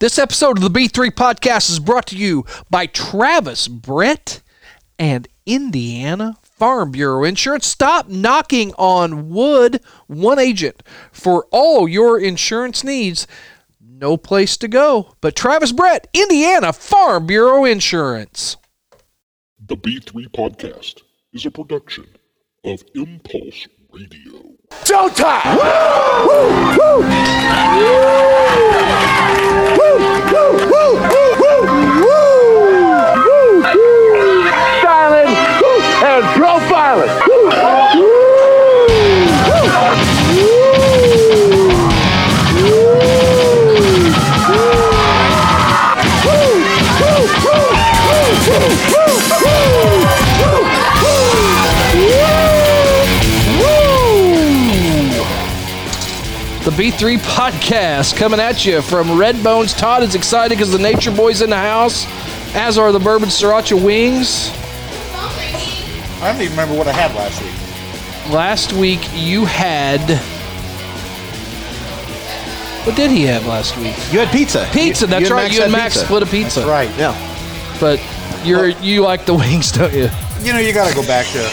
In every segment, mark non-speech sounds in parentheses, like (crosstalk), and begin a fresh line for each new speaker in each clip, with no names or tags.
This episode of the B3 Podcast is brought to you by Travis Brett and Indiana Farm Bureau Insurance. Stop knocking on wood, one agent for all your insurance needs. No place to go but Travis Brett, Indiana Farm Bureau Insurance.
The B3 Podcast is a production of Impulse Radio.
Showtime! Woo! Woo! Woo! Woo! Woo! Woo! Woo! Woo! Woo! Woo! Styling woo, and profiling. Woo! Woo! Woo! Woo!
The B3 Podcast coming at you from Red Bones. Todd is excited because the Nature Boy's in the house, as are the Bourbon Sriracha Wings.
I don't even remember what I had last week.
Last week you had. What did he have last week?
You had pizza.
Pizza. that's right. you and Max split a pizza.
Right. Yeah.
But you're you like the (laughs) wings, don't you?
You know, you gotta go back to.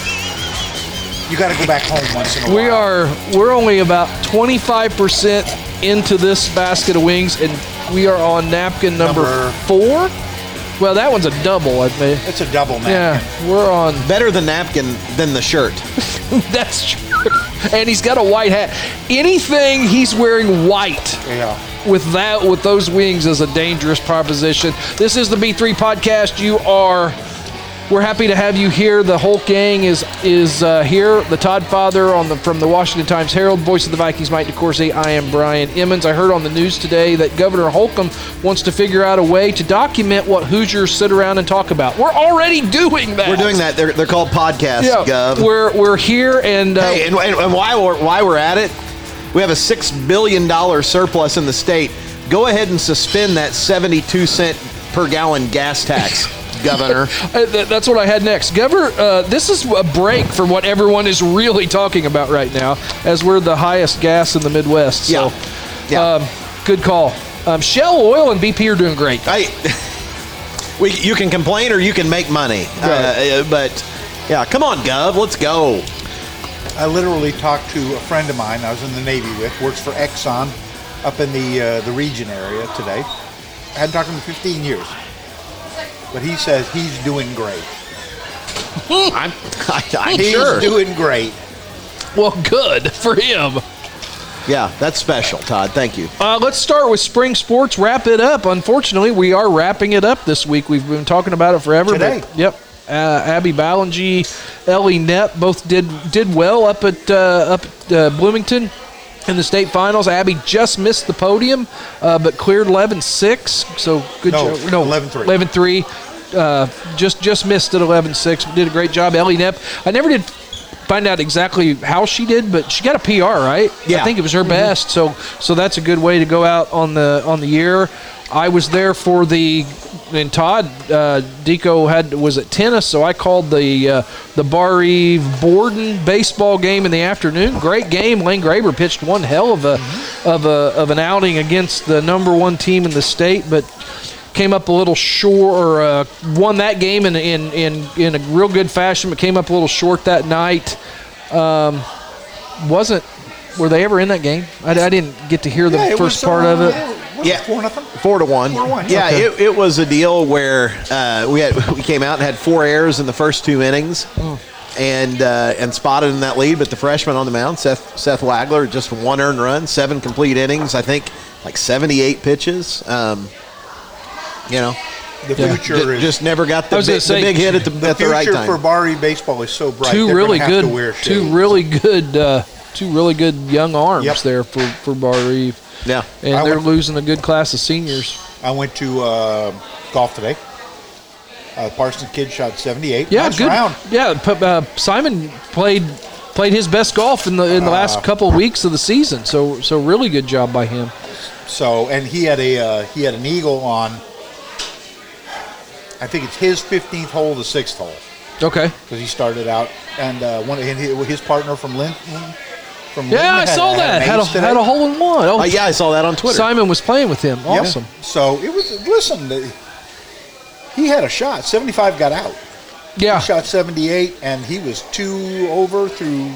You gotta go back home once in a while.
We are we're only about 25% into this basket of wings, and we are on napkin number,
Number-
four. Well, that one's a double, I think.
It's a double
Yeah,
napkin.
we're on. (laughs)
better the napkin than the shirt.
That's true. And he's got a white hat. Anything he's wearing white
Yeah.
with that with those wings is a dangerous proposition. This is the B3 podcast. You are we're happy to have you here. The whole gang is is uh, here. The Todd Father on the from the Washington Times Herald, voice of the Vikings, Mike DeCourcy. I am Brian Emmons. I heard on the news today that Governor Holcomb wants to figure out a way to document what Hoosiers sit around and talk about. We're already doing that.
We're doing that. They're, they're called podcasts,
Yeah,
Gov.
we're we're here and uh,
hey, and, and, and while, we're, while we're at it, we have a six billion dollar surplus in the state. Go ahead and suspend that seventy-two cent per gallon gas tax,
(laughs)
Governor.
Uh, th- that's what I had next. Governor, uh, this is a break from what everyone is really talking about right now, as we're the highest gas in the Midwest. So,
Yeah. Yeah.
Um, good call. Um, Shell Oil and BP are doing great.
I, (laughs) we, you can complain or you can make money, Uh,
Right.
uh, but yeah, come on, Gov, let's go.
I literally talked to a friend of mine I was in the Navy with, works for Exxon up in the uh, the region area today. I hadn't talked to him in 15 years. But he says he's doing
(laughs)
great.
I'm, (laughs) I, I'm
He's
sure.
doing great.
Well, good for him.
yeah, that's special, Todd. Thank you.
Uh, let's start with spring sports. Wrap it up. Unfortunately, we are wrapping it up this week. We've been talking about it forever.
Today.
But, yep. Uh, Abby Ballingy, Ellie Knepp both did did well up at uh, up at, uh, Bloomington in the state finals. Abby just missed the podium, uh, but cleared 11-6. So good
No,
job.
11-3.
11-3. Uh, just just missed at 11-6. but Did a great job. Ellie Knepp. I never did find out exactly how she did, but she got a PR, right? I
Yeah.
think it was her best. So so that's a good way to go out on the on the year. I was there for the and Todd uh, Deco had was at tennis, so I called the uh, the Bar Eve Borden baseball game in the afternoon. Great game. Lane Graber pitched one hell of a of a of an outing against the number one team in the state, but came up a little short or uh, won that game in, in in in a real good fashion, but came up a little short that night wasn't. Were they ever in that game? I, I didn't get to hear the
Yeah, it
first
was,
part
uh,
of it.
Yeah. was it
Yeah.
Four nothing.
Four to one.
Four to one,
Yeah,
okay.
it, it was a deal where uh, we had (laughs) we came out and had four errors in the first two innings,
Mm.
and uh, and spotted in that lead. But the freshman on the mound, Seth Seth Wagler, just one earned run, seven complete innings. I think like seventy eight pitches. Um, you know,
The
Yeah.
future
ju-
is
just never got
I
the,
was
big,
gonna
the
say,
big hit at the,
the
at the
future
right time.
for Bari baseball is so bright.
Two
They're gonna
really
have to wear
good,
shades.
two really good, uh, two really good young arms
Yep.
there for for Bar Eve.
yeah,
and
I
they're
would-
losing a good class of seniors.
I went to uh, golf today. Uh, Parson kid shot 78.
Yeah,
Nice
good.
round.
Yeah, p- uh, Simon played played his best golf in the in the
Uh,
last couple weeks of the season. So so really good job by him.
So, and he had a uh, he had an eagle on. I think it's his 15th hole, the sixth hole,
Okay.
because he started out and uh, one and he- his partner from Lin- from
Yeah,
Lynn
I
had-
saw that. Had a,
ace today.
had a hole in one. Oh,
Uh, yeah, I saw that on Twitter.
Simon was playing with him.
Yep.
Awesome.
So it was. Listen, the- he had a shot. Seventy-five got out.
Yeah.
He shot seventy-eight, and he was two over through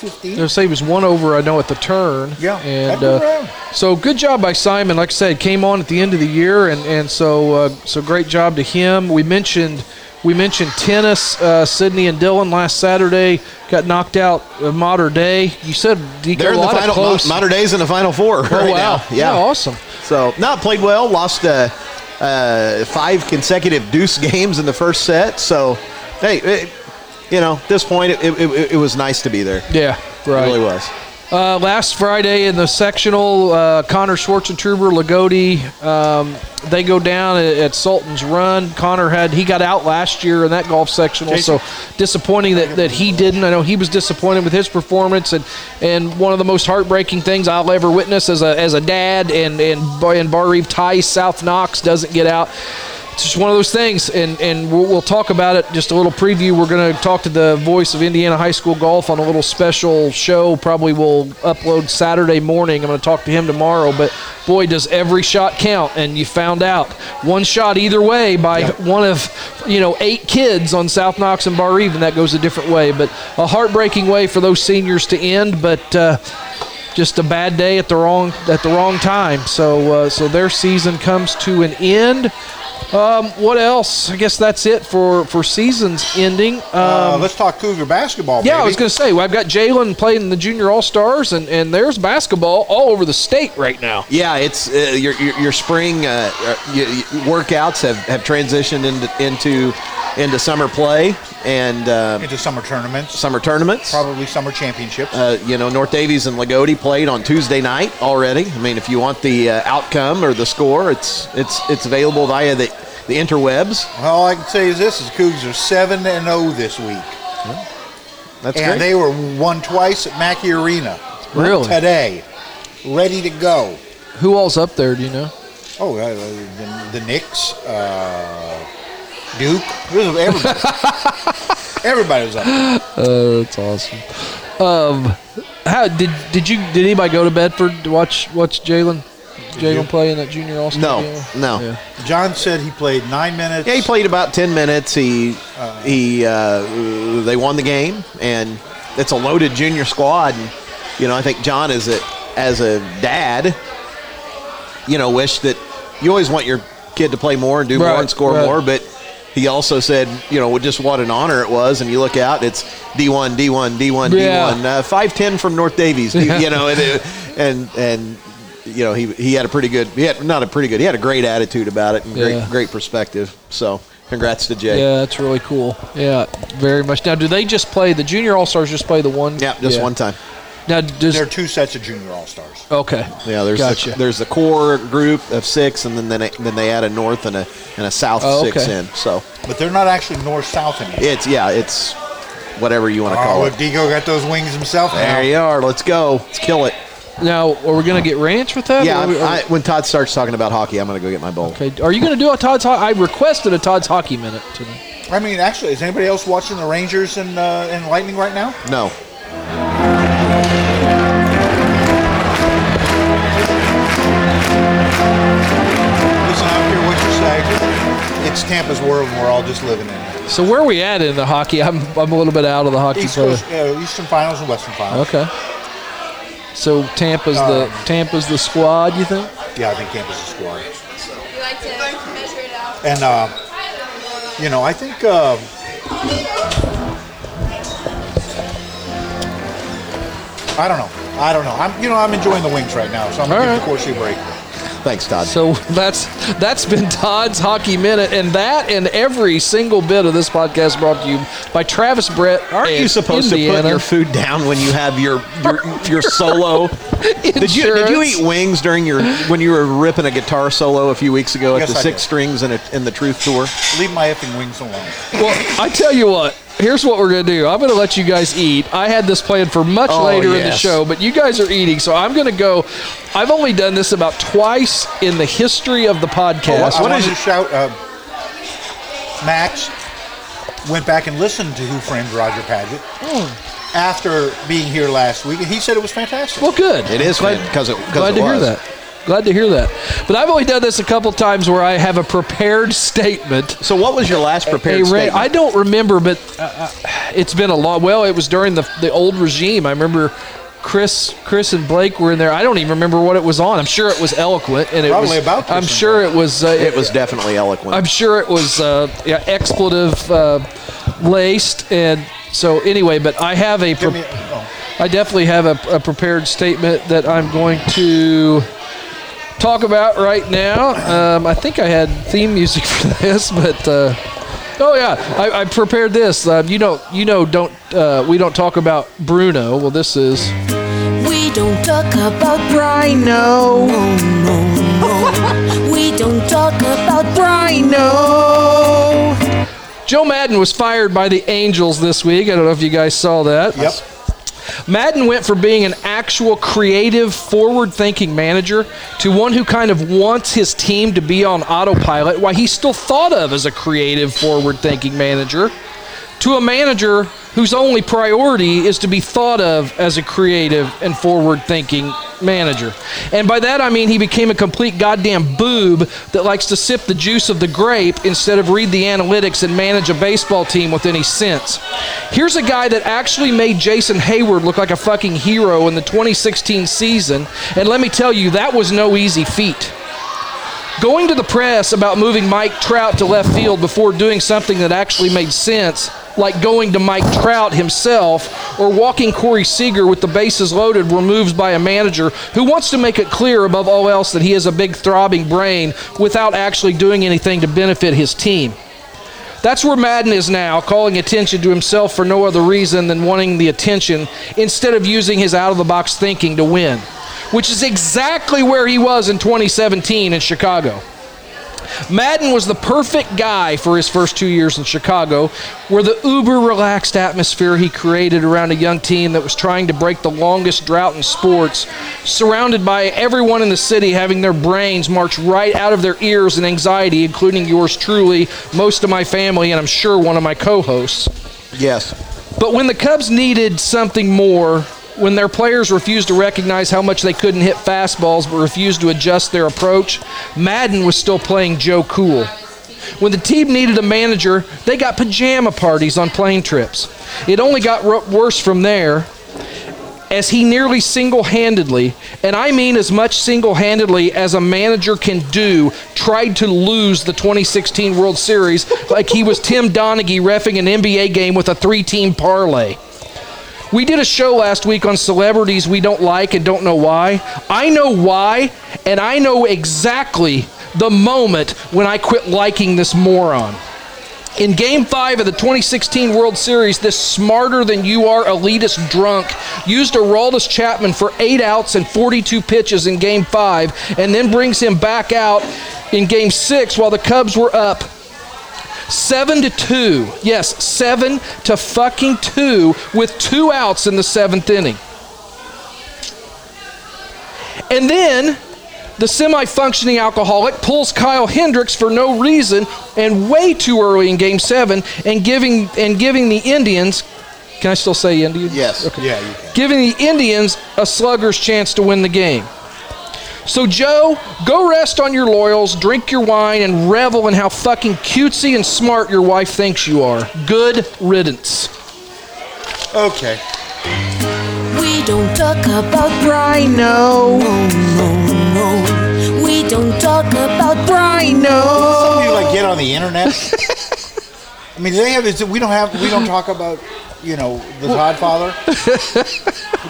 fifteen.
They'll say he was one over, I know, at the turn.
Yeah,
and
had a good
uh,
round.
so good job by Simon. Like I said, came on at the end of the year, and and so uh, so great job to him. We mentioned we mentioned tennis. Uh, Sydney and Dylan last Saturday got knocked out of Modern Day. You said DK,
They're
a
in the
lot of
final.
close.
Modern Day's in the final four.
oh
right
wow!
now. Yeah.
awesome.
So not played well. Lost uh, uh, five consecutive deuce games in the first set. So hey, it, you know, at this point, it, it, it, it was nice to be there.
Yeah, right.
It really was.
Uh, last Friday in the sectional, uh, Connor Schwartzentruber, Lagodi, um, they go down at, at Sultan's Run. Connor had he got out last year in that golf sectional, so disappointing that, that he didn't. I know he was disappointed with his performance, and, and one of the most heartbreaking things I'll ever witness as a, as a dad. And and Bar- and Bar Reeve Tice South Knox doesn't get out it's just one of those things, and and we'll, we'll talk about it. Just a little preview. We're going to talk to the voice of Indiana high school golf on a little special show. Probably will upload Saturday morning. I'm going to talk to him tomorrow. But boy, does every shot count! And you found out one shot either way by one of you know eight kids on South Knox and Bar Eve, and that goes a different way. But a heartbreaking way for those seniors to end. But uh, just a bad day at the wrong at the wrong time. So uh, so their season comes to an end. Um, what else? I guess that's it for for seasons ending. Um,
Uh, let's talk Cougar basketball.
yeah, I
baby.
was going to say well, I've got Jalen playing in the junior all stars, and and there's basketball all over the state right now.
Yeah, it's uh, your, your your spring uh, uh, y y workouts have, have transitioned into into into summer play and uh,
into summer tournaments, Uh-huh.
summer tournaments.
probably summer championships.
Uh, you know, North Davies and Lagodi played on Tuesday night already. I mean, if you want the uh, outcome or the score, it's it's it's available via the the interwebs.
All I can say is this: is Cougars are seven and zero this week,
That's
and
great.
they were won twice at Mackey Arena
Really?
today, ready to go.
Who all's up there? Do you know?
Oh, uh, uh, the, the Knicks, uh, Duke. This was
(laughs)
everybody. everybody was up.
Uh, that's awesome. Um, how did did you did anybody go to Bedford to watch watch Jalen Jalen play in that junior all star?
No, no.
Yeah.
John said he played nine minutes.
Yeah, he played about ten minutes. He he uh, they won the game, and it's a loaded junior squad. And, you know, I think John is a as a dad, you know, wish that you always want your kid to play more and do
Right,
more and score
right.
more, but. He also said, you know, just what an honor it was. And you look out, it's D1, D1, D1,
Yeah.
D1, uh, 5'10 from North Davies, you you know, and, it- and, and, you know, he, he had a pretty good, he had not a pretty good, he had a great attitude about it and
Yeah.
great, great perspective. So, congrats to Jay.
Yeah, that's really cool. Yeah, very much. Now, do they just play the junior all stars? Just play the one?
Yeah, just one time.
Now, does
There are two sets of junior all stars.
okay?
Yeah, there's
gotcha.
the, there's the core group of six, and then then they, then they add a north and a and a south
Oh,
six
okay.
in. So
But they're not actually north south anymore.
it's yeah, it's whatever you want to
Oh,
call
look,
it.
Digo got those wings himself
There
now.
you are. Let's go. Let's kill it.
now, are we gonna get ranch with that?
Yeah,
Are we-
I'm-
are we-
I, when Todd starts talking about hockey, I'm gonna go get my bowl.
okay. Are you gonna do a Todd's? Ho- I requested a Todd's hockey minute today.
I mean, actually, is anybody else watching the Rangers and, uh, and Lightning right now?
No,
Listen, I don't care what you say. It's Tampa's world, and we're all just living in it.
So where are we at in the hockey? I'm I'm a little bit out of the hockey.
East
player.
Coast, uh, Eastern Finals and Western Finals.
Okay. So Tampa's the
Uh.
Tampa's the squad. You think?
Yeah, I think Tampa's a squad.
We like to measure it out.
And, uh, you know, I think uh, I don't know. I don't know. I'm, you know, I'm enjoying the wings right now, so I'm gonna
All
give the Corsi a break.
thanks, Todd.
So (laughs) that's that's been Todd's hockey minute, and that and every single bit of this podcast brought to you by Travis Brett.
Aren't you
and
supposed to
Indiana
put your food down when you have your your,
(laughs)
your solo? Did you did you
Insurance.
eat wings during your when you were ripping a guitar solo a few weeks ago at
Yes,
the
I
Six
did.
Strings and in the Truth tour?
Leave my effing wings alone.
Well, I tell you what. Here's what we're gonna do. I'm gonna let you guys eat. I had this planned for much
Oh,
later in the
yes.
show, but you guys are eating, so I'm gonna go. I've only done this about twice in the history of the podcast.
I
Oh, what
wanted
is
to
it?
shout? Uh, Max went back and listened to Who Framed Roger Paget,
Hmm.
after being here last week, and he said it was fantastic.
Well, good.
It is
Glad-
'cause it- 'cause
glad
it
to hear
was.
that. Glad to hear that. But I've only done this a couple times where I have a prepared statement.
So what was your last prepared
Hey, Ray,
statement?
I don't remember, but uh, uh, it's been a long. Well, it was during the the old regime. I remember Chris, Chris and Blake were in there. I don't even remember what it was on. I'm sure it was eloquent, and it
Probably
was.
about Chris
I'm
and
sure it was. Uh,
it was definitely eloquent.
I'm sure it was uh, yeah, expletive uh, laced, and so anyway. But I have a.
Give
pre-
me- oh.
I definitely have a, a prepared statement that I'm going to talk about right now. Um, I think I had theme music (laughs) for this, but uh, oh yeah, I, I prepared this. Um, you know, you know, don't uh, we don't talk about Bruno? Well, this is
We don't talk about Brino. No, no, no. we don't talk about Brino.
Joe Madden was fired by the Angels this week. I don't know if you guys saw that.
Yep.
Madden went from being an actual creative, forward thinking manager to one who kind of wants his team to be on autopilot while he's still thought of as a creative, forward thinking manager to a manager whose only priority is to be thought of as a creative and forward thinking manager. And by that I mean he became a complete goddamn boob that likes to sip the juice of the grape instead of read the analytics and manage a baseball team with any sense. Here's a guy that actually made Jason Hayward look like a fucking hero in the 2016 season, and let me tell you, that was no easy feat. Going to the press about moving Mike Trout to left field before doing something that actually made sense, like going to Mike Trout himself or walking Corey Seager with the bases loaded, were moves by a manager who wants to make it clear above all else that he has a big throbbing brain without actually doing anything to benefit his team. That's where Madden is now, calling attention to himself for no other reason than wanting the attention instead of using his out of the box thinking to win, which is exactly where he was in 2017 in Chicago. Madden was the perfect guy for his first two years in Chicago, where the uber relaxed atmosphere he created around a young team that was trying to break the longest drought in sports, surrounded by everyone in the city having their brains march right out of their ears in anxiety, including yours truly, most of my family, and I'm sure one of my co hosts.
yes.
But when the Cubs needed something more, when their players refused to recognize how much they couldn't hit fastballs but refused to adjust their approach, Madden was still playing Joe Cool. When the team needed a manager, they got pajama parties on plane trips. It only got ro- worse from there as he nearly single handedly, and I mean as much single handedly as a manager can do, tried to lose the 2016 World Series like he was Tim Donaghy refing an NBA game with a three team parlay. We did a show last week on celebrities we don't like and don't know why. I know why, and I know exactly the moment when I quit liking this moron. In game five of the 2016 World Series, this smarter than you are elitist drunk used Araldus Chapman for eight outs and 42 pitches in game five, and then brings him back out in game six while the Cubs were up seven to two. Yes, seven to fucking two with two outs in the seventh inning. And then the semi functioning alcoholic pulls Kyle Hendricks for no reason and way too early in game seven and giving and giving the Indians can I still say Indians?
Yes.
Okay
Yeah, you can.
giving the Indians a slugger's chance to win the game. So, Joe, go rest on your loyals, drink your wine, and revel in how fucking cutesy and smart your wife thinks you are. Good riddance.
Okay.
We don't talk about Brino. No, no, no. We don't talk about Brino.
Some of you like get on the
(laughs)
internet. I mean, do they have. Is it, we don't have. We don't talk about. You know, the
(laughs)
Godfather. Is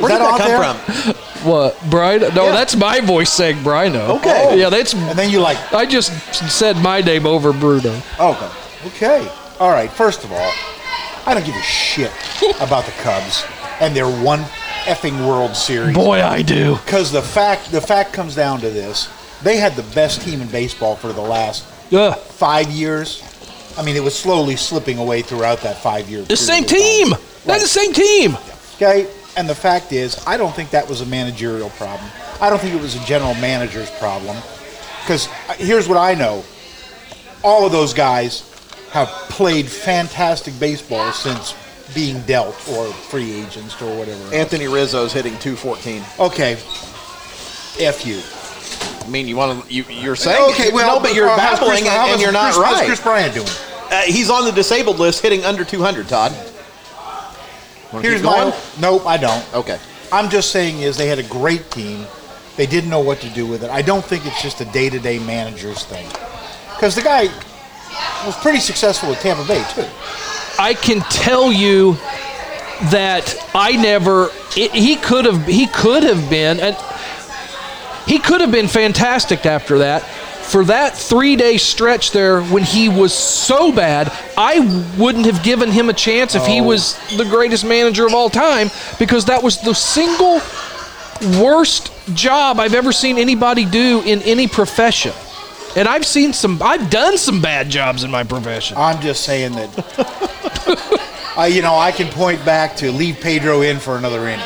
Where did that
on
come
there?
from?
What, Brian? No,
Yeah.
that's my voice saying Brino.
Okay.
Yeah, that's.
And then you like, oh,
I just said my name over Bruno.
okay, okay, all right. First of all, I don't give a shit about the Cubs and their one effing World Series.
Boy, I do.
Because the fact the fact comes down to this: they had the best team in baseball for the last
Yeah.
five years. I mean, it was slowly slipping away throughout that five year.
The same team. They're the same team.
Okay, and the fact is, I don't think that was a managerial problem. I don't think it was a general manager's problem. Because here's what I know all of those guys have played fantastic baseball since being dealt or free agents or whatever.
Anthony Rizzo's hitting 214.
okay. F you.
I mean, you want to? You, you're saying
okay, well,
no, but you're
uh, how's
babbling
Chris-
and,
how's
and you're not
Chris, How's
right.
Chris Bryant doing?
Uh, he's on the disabled list, hitting under 200. Todd, Wanna
Here's
keep going.
my. Nope, I don't.
Okay,
I'm just saying is they had a great team. They didn't know what to do with it. I don't think it's just a day-to-day manager's thing. Because the guy was pretty successful with Tampa Bay too.
I can tell you that I never. It, he could have. He could have been. And he could have been fantastic after that. For that three day stretch there, when he was so bad, I wouldn't have given him a chance if he was the greatest manager of all time because that was the single worst job I've ever seen anybody do in any profession. And I've seen some, I've done some bad jobs in my profession.
I'm just
(laughs)
saying that. I, you know, I can point back to leave Pedro in for another inning.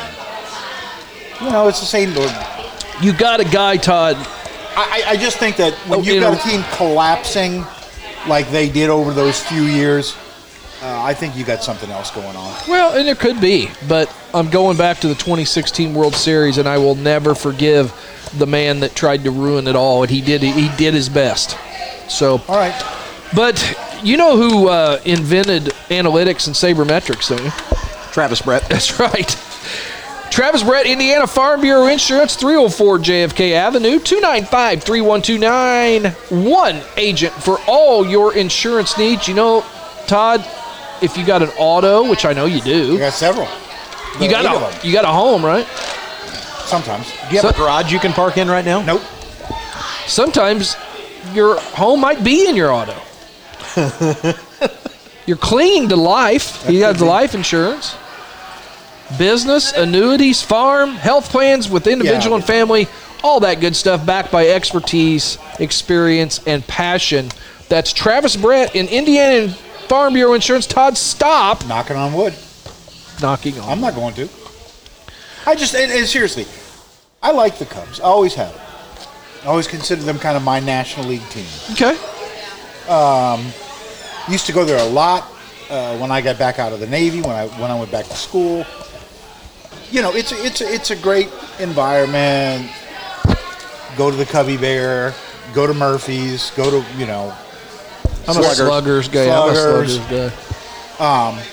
You know, it's the same. I,
You got a guy, Todd,
I, I just think that when
Oh,
you've
you
got
know-
a team collapsing like they did over those few years, uh, I think you got something else going on.
Well, and there could be, but I'm going back to the 2016 World Series, and I will never forgive the man that tried to ruin it all, and he did. He did his best. So,
All right.
but you know who uh, invented analytics and sabermetrics, don't you? (laughs)
Travis Brett.
That's right. Travis Brett, Indiana Farm Bureau Insurance, 304 JFK Avenue, 295 3129. One agent for all your insurance needs. You know, Todd, if you got an auto, which I know you
You
do,
got several.
you got,
eight of
a,
them
you got a home, right?
sometimes.
Do you have
So-
a garage you can park in right now?
Nope.
sometimes your home might be in your (laughs) auto. You're clinging to life. you got life insurance, business, annuities, farm, health plans with individual
Yeah.
and family, all that good stuff backed by expertise, experience, and passion. That's Travis Brett in Indiana Farm Bureau Insurance. Todd, stop
Knocking on wood.
knocking on.
I'm not going to. I just and, and seriously, I like the Cubs. I always have. I always consider them kind of my National League team.
Okay.
Used to go there a lot uh, when I got back out of the Navy. When I when I went back to school. You know, it's a- it's a- it's a great environment. Go to the Cubby Bear. Go to Murphy's. Go to you know.
I'm a sluggers guy. I'm a
Sluggers.
sluggers guy.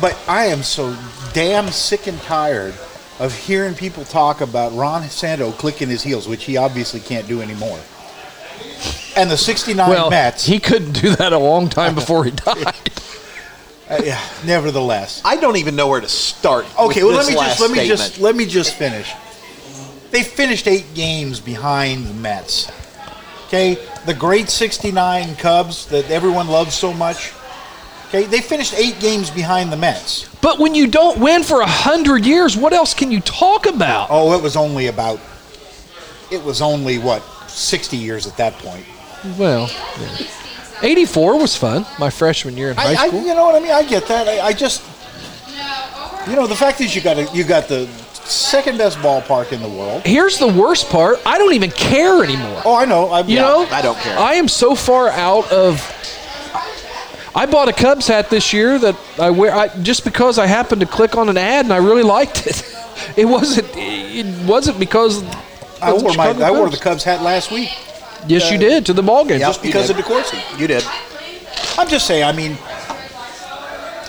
But I am so damn sick and tired of hearing people talk about Ron Sando clicking his heels, which he obviously can't do anymore. And the 69
Well,
Mets,
he couldn't do that a long (laughs) time before he died.
uh, yeah, nevertheless.
I don't even know where to start.
Okay,
with
well let
this
me
last
just let me just
statement.
let me just finish. They finished 8 games behind the Mets. Okay, the great 69 Cubs that everyone loves so much. Okay, they finished 8 games behind the Mets.
But when you don't win for a hundred years, what else can you talk about?
Oh, it was only about. It was only what sixty years at that point.
Oh, Well, eighty-four was fun. My freshman year in
I,
high
I,
school.
you know what I mean? I get that. I, I just, you know, the fact is you got a, you got the second best ballpark in the world.
Here's the worst part. I don't even care anymore.
Oh, I know. I,
You
yeah,
know,
I don't care.
I am so far out of. I bought a Cubs hat this year that I wear I, just because I happened to click on an ad and I really liked it. (laughs) It wasn't. It wasn't because.
I
of the
wore my
Chicago
I wore the
Cubs.
Cubs hat last week
Yes, you did to the ball game.
just because of DeCourcy.
you did.
I'm just saying. I mean,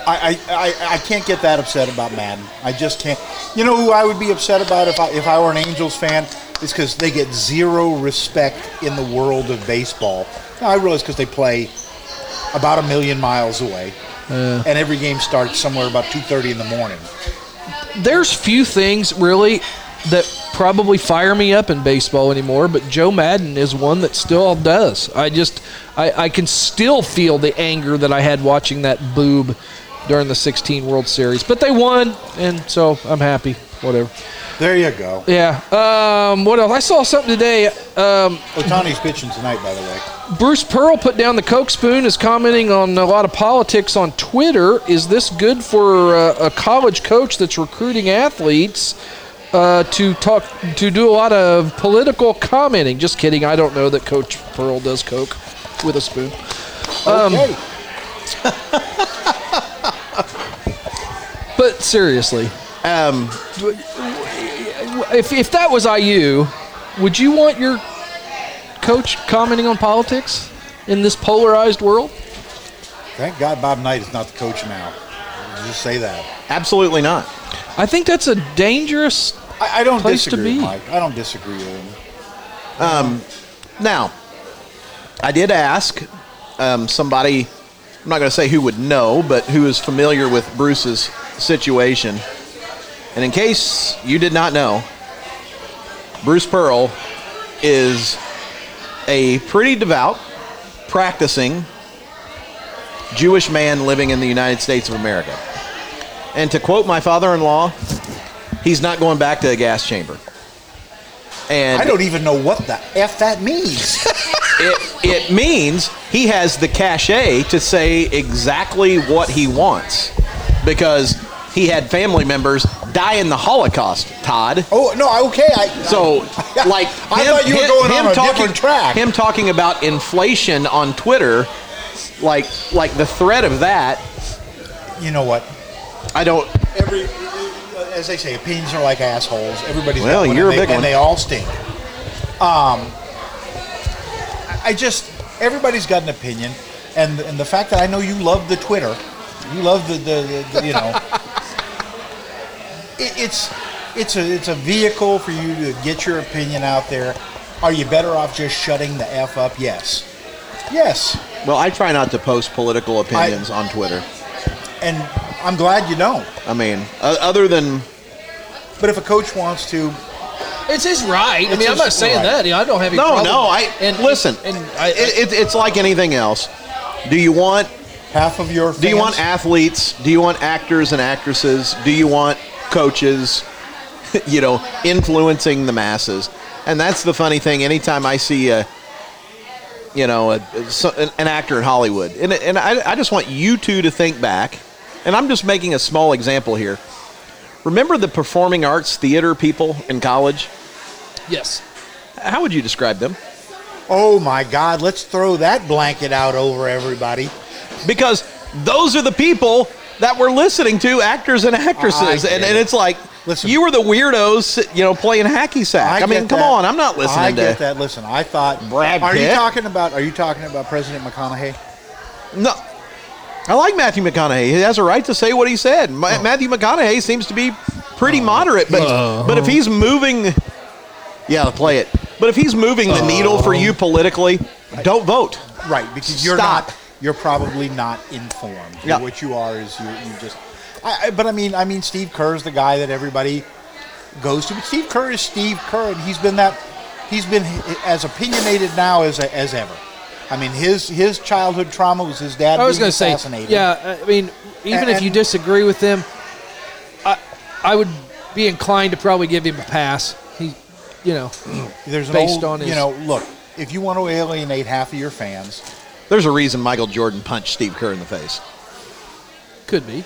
I, I, I, I can't get that upset about Madden. I just can't. You know who I would be upset about if I if I were an Angels fan is because they get zero respect in the world of baseball. Now, I realize because they play about a million miles away, and every game starts somewhere about two thirty in the morning.
there's few things really that probably fire me up in baseball anymore, but Joe Madden is one that still does. I just, I, I can still feel the anger that I had watching that boob during the 16 World Series. But they won, and so I'm happy. Whatever.
There you go.
Yeah. Um, what else? I saw something today. Um,
Otani's pitching tonight, by the way.
Bruce Pearl put down the Coke spoon, is commenting on a lot of politics on Twitter. Is this good for uh, a college coach that's recruiting athletes uh, to talk to do a lot of political commenting? Just kidding. I don't know that Coach Pearl does Um, (laughs) Coke with a spoon.
Okay.
What? Seriously.
Um,
If, if that was IU, would you want your coach commenting on politics in this polarized world?
Thank God Bob Knight is not the coach now. I'll just say that.
absolutely not.
I think that's a dangerous.
I, I don't
Place to
disagree, with
be.
Mike. I don't disagree with him.
Now, I did ask um, somebody, I'm not going to say who would know, but who is familiar with Bruce's situation. And in case you did not know, Bruce Pearl is a pretty devout, practicing Jewish man living in the United States of America. And to quote my father in law, he's not going back to the gas chamber. And
I don't even know what the f that means. (laughs)
it, it means he has the cachet to say exactly what he wants because he had family members die in the Holocaust, Todd.
oh no, okay. I, (laughs)
So, like,
I
him-
thought you were
him-
going
him
on a
talking,
different track.
Him talking about inflation on Twitter, like, like the threat of that,
you know what?
I don't.
Every, as they say, opinions are like assholes. Everybody's
Well,
got one
you're a
and they,
big one.
and they all stink. Um, I- I just everybody's got an opinion, and and the fact that I know you love the Twitter, you love the the, the, the, you know, (laughs) it, it's it's a it's a vehicle for you to get your opinion out there. Are you better off just shutting the f up? Yes, yes,
Well, I try not to post political opinions on Twitter.
and I'm glad you don't.
I mean, o- other than
But if a coach wants to,
It's his right. I
It's
mean, I'm not
his
saying
right.
that. You know, I don't have any
no,
problem.
no, I
and
listen.
And I,
it, it, it's like anything else. Do you want
half of your
Do you want
fans-
athletes? Do you want actors and actresses? Do you want coaches? (laughs) you know, influencing the masses. And that's the funny thing. Anytime I see a, you know, a, so- an, an actor in Hollywood, and and I, I just want you two to think back, and I'm just making a small example here. Remember the performing arts theater people in college?
yes.
How would you describe them?
Oh my God, let's throw that blanket out over everybody.
Because those are the people that we're listening to, actors and actresses,
I get
and, and
it.
it's like
Listen.
you were the weirdos, you know, playing hacky sack. I, mean,
get
come
that.
on, I'm not listening
I
to
get that. Listen, I thought.
Brad
are you
Pitt?
talking about? Are you talking about President McConaughey?
no. I like Matthew McConaughey. He has a right to say what he said. Ma-
Oh.
Matthew McConaughey seems to be pretty moderate, but
Oh.
but if he's moving, yeah, play it. But if he's moving the needle
Oh.
for you politically, don't vote.
Right, because you're
Stop.
not. You're probably not informed.
Yeah.
What you are is you. You just. I, I, but I mean, I mean, Steve Kerr's the guy that everybody goes to. But Steve Kerr is Steve Kerr, and he's been that. He's been as opinionated now as as ever. I mean, his his childhood trauma was his dad.
I was
going
going
to
to say, yeah. I mean, even if
And-
you disagree with them, I I would be inclined to probably give him a pass. He, you know,
There's an
based
old,
on
you
his-
know, look. If you want to alienate half of your fans,
There's a reason Michael Jordan punched Steve Kerr in the face.
could be.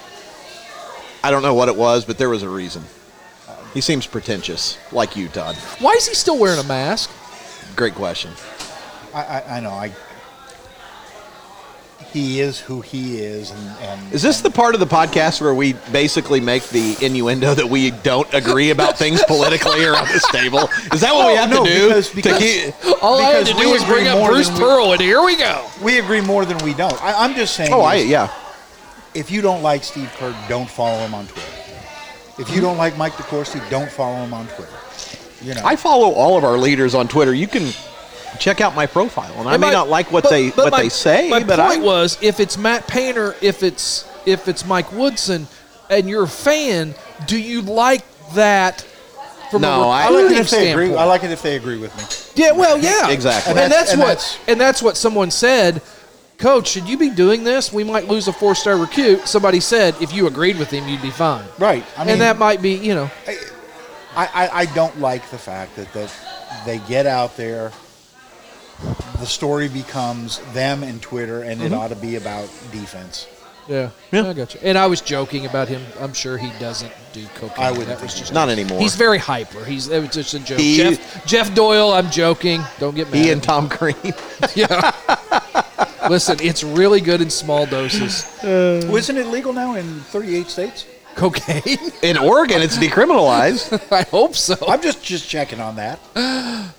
I don't know what it was, but there was a reason. He seems pretentious, like you, Todd.
Why is he still wearing a mask?
Great question.
I, I, I know I. He is who he is, and, and
Is this the part of the podcast where we basically make the innuendo that we don't agree about things politically around this table? Is that what we
Oh,
have
no,
to do?
because- because-
to keep,
All I had to
Because
do
we
was
agree
bring up
more
Bruce
than we-
Pearl, and here we go.
we agree more than we don't. I, I'm just saying.
oh, I
is,
yeah.
If you don't like Steve Kerr, don't follow him on Twitter. If you don't like Mike DeCourcy, don't follow him on Twitter. You know,
I follow all of our leaders on Twitter. You can check out my profile, and I
And
may
my-
not like what
but-
they
but
what
my-
they say,
My
but I
point was, if it's Matt Painter, if it's if it's Mike Woodson, and you're a fan, do you like that? From
No,
a
I-
I like it
recruiting
if they agree.
standpoint?
I like it if they agree with me.
Yeah, well, yeah,
(laughs) Exactly.
And,
And
that's,
that's- and
what
that's-
and that's what someone said. Coach, should you be doing this? We might lose a four-star recruit. Somebody said if you agreed with him, you'd be fine.
Right. I mean,
and that might be, you know,
I, I, I don't like the fact that, that they get out there. The story becomes them and Twitter, and it ought to be about defense.
yeah, I got you. And I was joking about him. I'm sure he doesn't do cocaine.
I wouldn't
That was
think
just
not anymore.
He's very hyper. He's it was just a joke.
He-
Jeff, Jeff Doyle, I'm joking. Don't get mad.
he
at
and
me.
Tom Green.
yeah. Listen, it's really good in small doses.
(laughs)
Well, isn't it legal now in 38 states?
Cocaine? (laughs)
In Oregon, it's decriminalized.
I hope so.
I'm just just checking on that.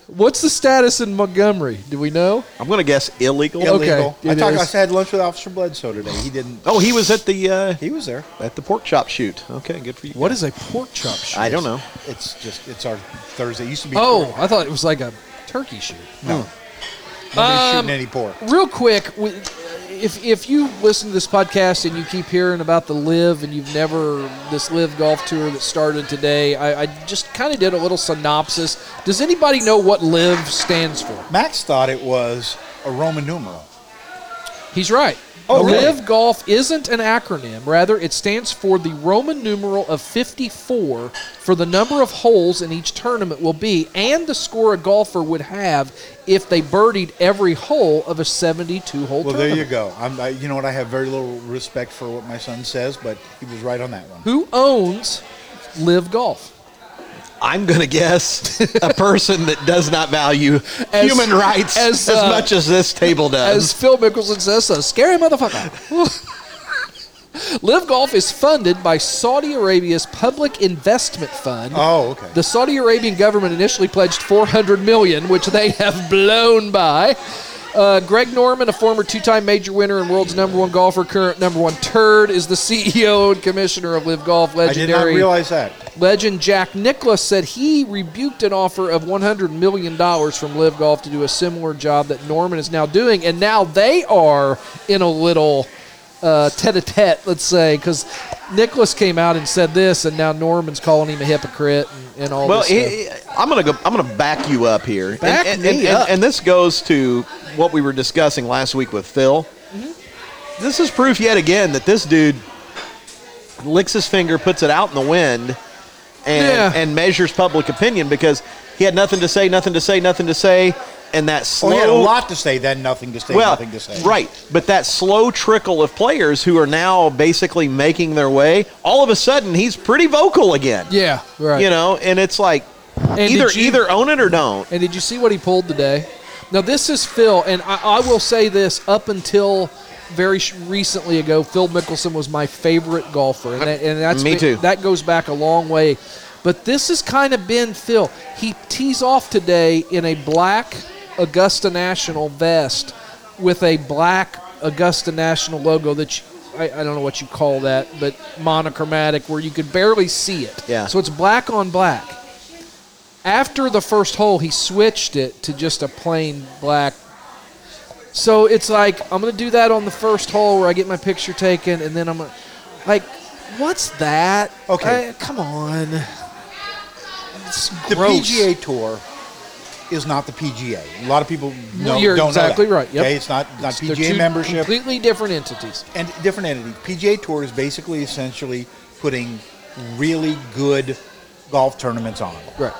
What's the status in Montgomery? Do we know?
I'm going to guess illegal.
Illegal.
it
I, talked, I
is.
had lunch with Officer Bledsoe today. He didn't.
Oh, he was at the uh,
He was there.
at the pork chop shoot. Okay, good for you.
What
guys.
is a pork chop shoot?
I don't know.
It's just it's our Thursday. It used to be.
Oh, I thought it was like a turkey shoot.
no. Nobody's
Um,
shooting any pork.
Real quick, we- if if you listen to this podcast and you keep hearing about the live and you've never this live golf tour that started today, I, I just kind of did a little synopsis. Does anybody know what live stands for?
Max thought it was a Roman numeral.
He's right.
Oh, really?
Live Golf isn't an acronym. Rather, it stands for the Roman numeral of 54 for the number of holes in each tournament will be and the score a golfer would have if they birdied every hole of a 72 hole
Well, there
tournament.
you go. I'm, I, you know what? I have very little respect for what my son says, but he was right on that one.
Who owns Live Golf?
I'm going to guess
(laughs)
a person that does not value
As-
human rights
as,
as,
uh,
much as this table
As
does.
Phil Mickelson says, a scary motherfucker. Live Golf is funded by Saudi Arabia's Public Investment Fund.
Oh, okay.
The Saudi Arabian government initially pledged 400 million, which they have blown by. Uh, Greg Norman, a former two-time major winner and world's number one golfer, current number one turd, is the CEO and commissioner of Live Golf.
I did not
Legendary
realize that.
legend Jack Nicklaus said he rebuked an offer of 100 million dollars from Live Golf to do a similar job that Norman is now doing, and now they are in a little uh, tete-a-tete, let's say, because Nicholas came out and said this, and now Norman's calling him a hypocrite and, and all
Well,
this. stuff.
i i I'm going to go. I'm going to back you up here. And-
Back
and,
me
and- and-
up.
and this goes to what we were discussing last week with Phil.
Mm-hmm.
This is proof yet again that this dude licks his finger, puts it out in the wind, and
Yeah.
and measures public opinion because he had nothing to say, nothing to say, nothing to say, and that
Oh,
slow.
he had a lot to say, then nothing to say, nothing to say.
Right. But that slow trickle of players who are now basically making their way, all of a sudden he's pretty vocal again.
yeah, right.
You know, and it's like
And
either
did you-
either own it or don't.
And did you see what he pulled today? Now this is Phil, and I, I will say this: up until very sh- recently ago, Phil Mickelson was my favorite golfer, and, that, and that's
Me
been-
too.
That goes back a long way. But this has kind of been Phil. He tees off today in a black Augusta National vest with a black Augusta National logo that you, I, I don't know what you call that, but monochromatic, where you could barely see it.
Yeah.
So it's black on black after the first hole, he switched it to just a plain black. So it's like I'm gonna do that on the first hole where I get my picture taken, and then I'm gonna, like, what's that?
Okay.
I- come on. It's
The
gross.
PGA Tour is not the PGA. A lot of people no,
You're
don't
exactly
know that.
right, yep.
Okay, it's not not
They're
PGA
two
membership
Completely different entities.
and different entity. PGA Tour is basically essentially putting really good golf tournaments on.
Right.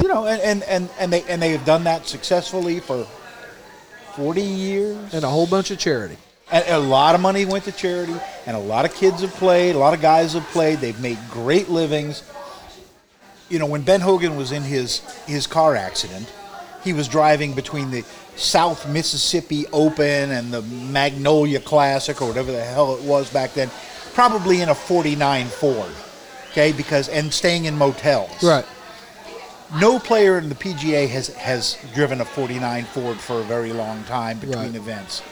You know, and and and, and they and they have done that successfully for forty years.
And a whole bunch of charity.
And a lot of money went to charity, and a lot of kids have played, a lot of guys have played. They've made great livings. You know, when Ben Hogan was in his his car accident, he was driving between the South Mississippi Open and the Magnolia Classic or whatever the hell it was back then, probably in a 49 Ford. Okay, because and staying in motels. No player in the PGA has has driven a 49 Ford for a very long time between
Right.
events.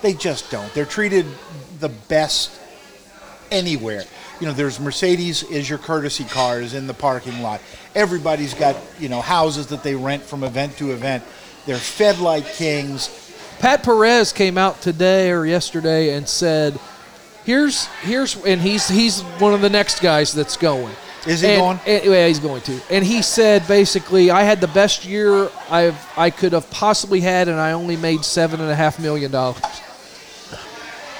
They just don't. They're treated the best anywhere. You know, there's Mercedes is your courtesy cars in the parking lot. Everybody's got, you know, houses that they rent from event to event. They're fed like kings.
Pat Perez came out today or yesterday and said, "Here's here's," and he's he's one of the next guys that's going.
Is he
And-
going?
and- yeah, he's going to. And he said basically, "I had the best year I've I could have possibly had, and I only made seven and a half million dollars."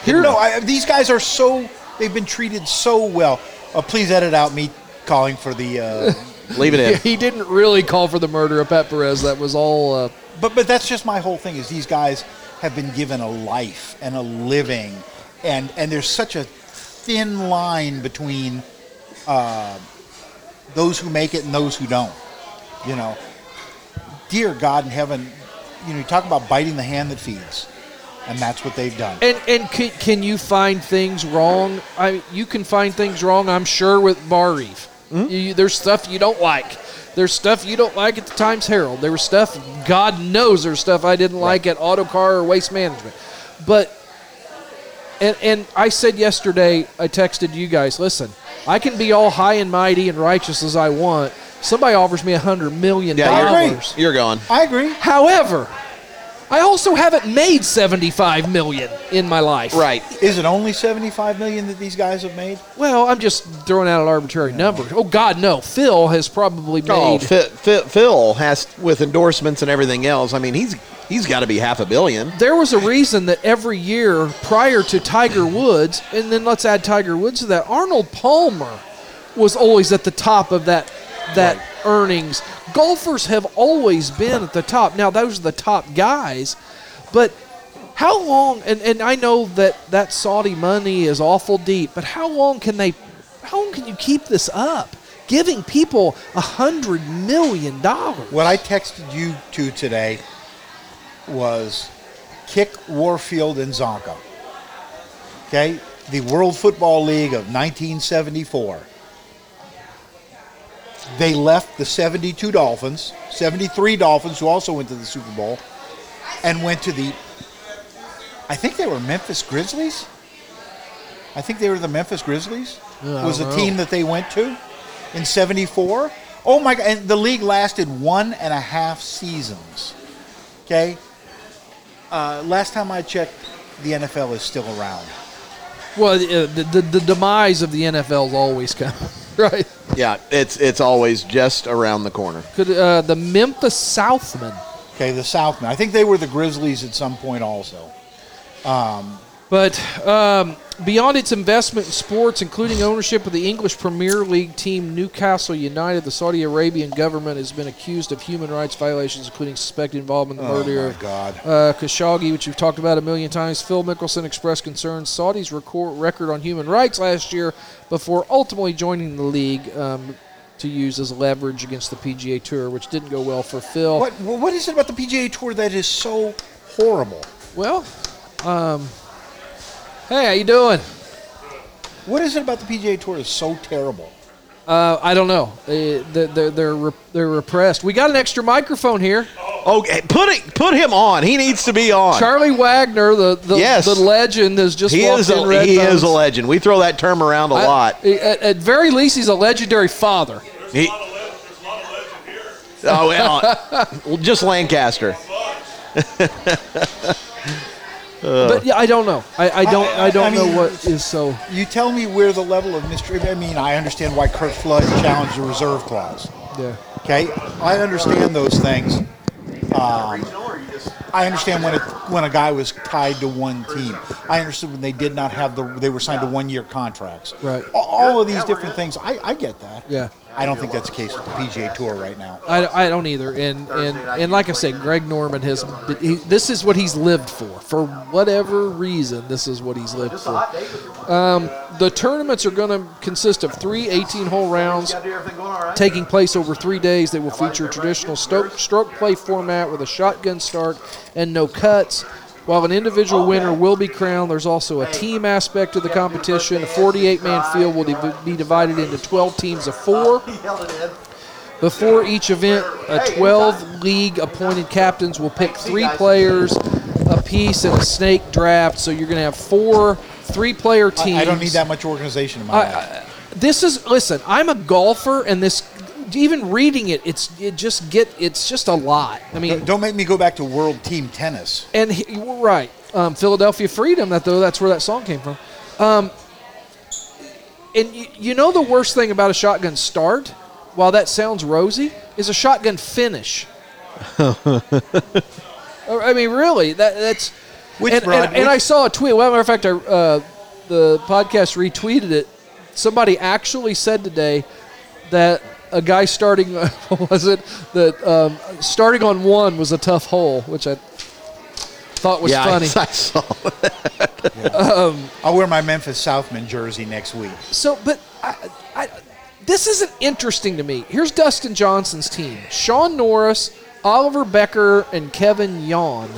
Here,
No, I, these guys are so they've been treated so well. Uh, please edit out me calling for the uh,
Leave
(laughs)
it in.
he didn't really call for the murder of Pat Perez. That was all. Uh,
But but that's just my whole thing is these guys have been given a life and a living, and and there's such a thin line between uh, those who make it and those who don't. You know, dear God in heaven, you know, you talk about biting the hand that feeds. and that's what they've done.
And and can, can you find things wrong? I you can find things wrong. I'm sure with Bar Reef.
Hmm?
You- there's stuff you don't like. There's stuff you don't like at the Times Herald. There was stuff God knows there's stuff I didn't like at Autocar or Waste Management. But and and I said yesterday I texted you guys. Listen, I can be all high and mighty and righteous as I want. Somebody offers me a hundred million
Yeah,
I
dollars.
agree.
you're, you're gone.
I agree.
However, I also haven't made 75 million in my life.
Right.
Is it only 75 million that these guys have made?
Well, I'm just throwing out an arbitrary number. Oh God, no. Phil has probably made
Oh, Phil, Phil, Phil has with endorsements and everything else. I mean, he's he's got to be half a billion.
there was a reason that every year prior to Tiger Woods, and then let's add Tiger Woods to that, Arnold Palmer was always at the top of that that earnings. Golfers have always been at the top. Now those are the top guys, but how long and, and I know that that Saudi money is awful deep, but how long can they how long can you keep this up? Giving people a hundred million dollars.
What I texted you to today was kick Warfield and Zonka. Okay? The World Football League of 1974. They left the 72 Dolphins, 73 Dolphins, who also went to the Super Bowl, and went to the, I think they were Memphis Grizzlies? I think they were the Memphis Grizzlies.
Yeah, I
was
don't
the
know.
team that they went to in 74. Oh my God. And the league lasted one and a half seasons. Okay. Uh, last time I checked, the NFL is still around.
Well, uh, the, the, the demise of the NFL's always coming, (laughs) right?
Yeah, it's it's always just around the corner.
Could uh, the Memphis Southmen?
Okay. The Southmen. I think they were the Grizzlies at some point also.
But um, beyond its investment in sports, including ownership of the English Premier League team Newcastle United, the Saudi Arabian government has been accused of human rights violations, including suspected involvement in the
Oh,
murder
my
of
God.
Uh, Khashoggi, which you've talked about a million times. Phil Mickelson expressed concerns Saudi's record, record on human rights last year before ultimately joining the league um, to use as leverage against the PGA Tour, which didn't go well for Phil.
What, what is it about the PGA Tour that is so horrible?
Well, um, hey, how you doing?
What is it about the PGA Tour that's so terrible?
Uh, I don't know. They, they're they're they're, re- they're repressed. We got an extra microphone here.
Okay, put it put him on. He needs to be on.
Charlie Wagner, the the,
Yes.
the legend, has just
he
walked
is
in.
a,
Red
he
Bones.
is a legend. We throw that term around a
I-
lot.
at, at very least, he's a legendary father.
He, oh (laughs) well, just Lancaster.
But yeah, I don't know. I, I don't I,
I- I
don't know
mean-
what is so.
You tell me where the level of mystery. I mean, I understand why Kurt Flood challenged the reserve clause.
Yeah.
Okay, I understand those things. Um, I understand when a, when a guy was tied to one team. I understood when they did not have the they were signed to one year contracts.
Right.
A- All of these different things, I, I get that.
Yeah.
I don't think that's the case with the PGA Tour right now.
I, I don't either. And, and and like I said, Greg Norman has. He, this is what he's lived for. For whatever reason, this is what he's lived for. Um, the tournaments are going to consist of three 18 hole rounds taking place over three days. They will feature a traditional stroke, stroke play format with a shotgun start and no cuts. While an individual winner will be crowned, there's also a team aspect to the competition. A 48 man field will div- be divided into 12 teams of four. Before each event, a 12 league appointed captains will pick three players a piece in a snake draft. So you're going to have four three player teams.
I, I don't need that much organization in my life.
This is listen, I'm a golfer and this even reading it it's it just get it's just a lot. I mean,
don't make me go back to world team tennis.
and he, you were right. Um, Philadelphia Freedom. That though, that's where that song came from. Um, and you, you know the worst thing about a shotgun start, while that sounds rosy, is a shotgun
(laughs)
finish. Or, I mean, really, that that's.
Which
and,
Rod,
and, and I
which-
saw a tweet. Well, matter of fact, I, uh, the podcast retweeted it. Somebody actually said today that a guy starting (laughs) what was it that um, starting on one was a tough hole, which I thought was
yeah, I-
funny.
(laughs) I, saw.
I'll wear my Memphis Southman jersey next week.
So, but I, I, this isn't interesting to me. Here's Dustin Johnson's team: Sean Norris, Oliver Becker, and Kevin Yawn.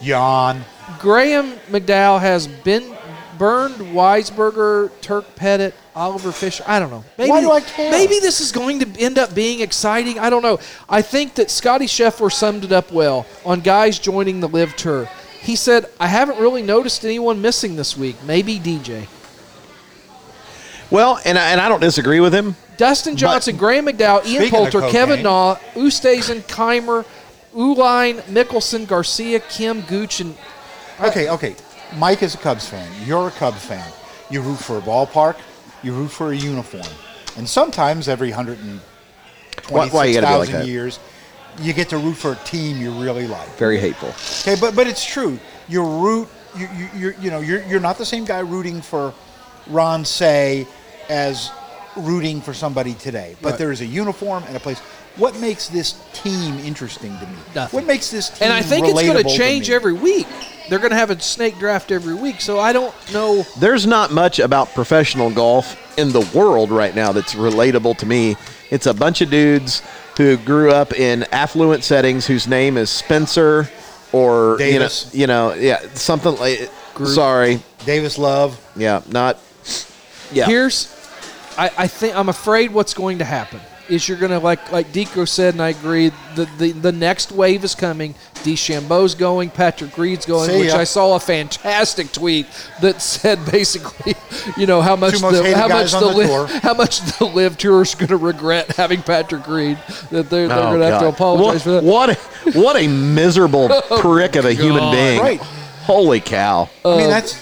Yawn.
Graham McDowell has been burned Weisberger, Turk Pettit, Oliver Fisher. I don't know. Maybe,
Why do I care?
Maybe this is going to end up being exciting. I don't know. I think that Scotty Scheffler summed it up well on guys joining the live tour. He said, I haven't really noticed anyone missing this week. Maybe DJ.
Well, and I, and I don't disagree with him.
Dustin Johnson, Graham McDowell, Ian
Speaking of
Poulter, Kevin
cocaine.
Naw, Ustazen, Keimer, Uline, Mickelson, Garcia, Kim, Gooch, and
Okay, okay. Mike is a Cubs fan. You're a Cubs fan. You root for a ballpark. You root for a uniform. And sometimes every hundred and
Why- why you
twenty-six
gotta be like
thousand
that?
years, you get to root for a team you really like.
Very hateful.
Okay, but but it's true. You root. You you you're, you know you're you're not the same guy rooting for Ron Say as rooting for somebody today. But there is a uniform and a place. What makes this team interesting to me?
Nothing.
What makes this team
and I think it's
going to
change
me?
every week. They're going to have a snake draft every week, so I don't know.
There's not much about professional golf in the world right now that's relatable to me. It's a bunch of dudes who grew up in affluent settings whose name is Spencer or
Davis.
you know, you know, yeah, something like. Sorry,
Davis Love.
yeah, not. Yeah,
Here's, I, I think I'm afraid what's going to happen is you're going to like like Deco said, and I agree. The the, the next wave is coming. DeChambeau's going. Patrick Reed's going.
See
which
ya.
I saw a fantastic tweet that said basically, (laughs) you know how much
Two most
the
hated
how much
guys on
the,
the
live,
tour.
(laughs) how much the live tour is going to regret having Patrick Reed. That they're, they're
Oh,
going to have to
God.
apologize for
what,
that. Oh,
What a, what
(laughs)
a miserable prick of a human being.
Right.
Holy cow.
I
Uh,
mean that's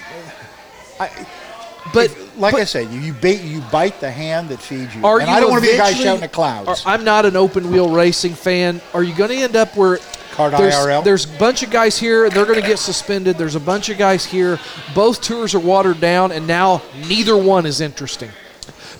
But
like I said. You you bait you bite the hand that feeds you.
Are
and
you
I don't want to be a guy
eventually-
shouting at clouds.
Are- I'm not an open wheel racing fan. Are you going to end up where
Card
there's,
IRL?
there's a bunch of guys here and they're going to get suspended. There's a bunch of guys here. Both tours are watered down, and now neither one is interesting.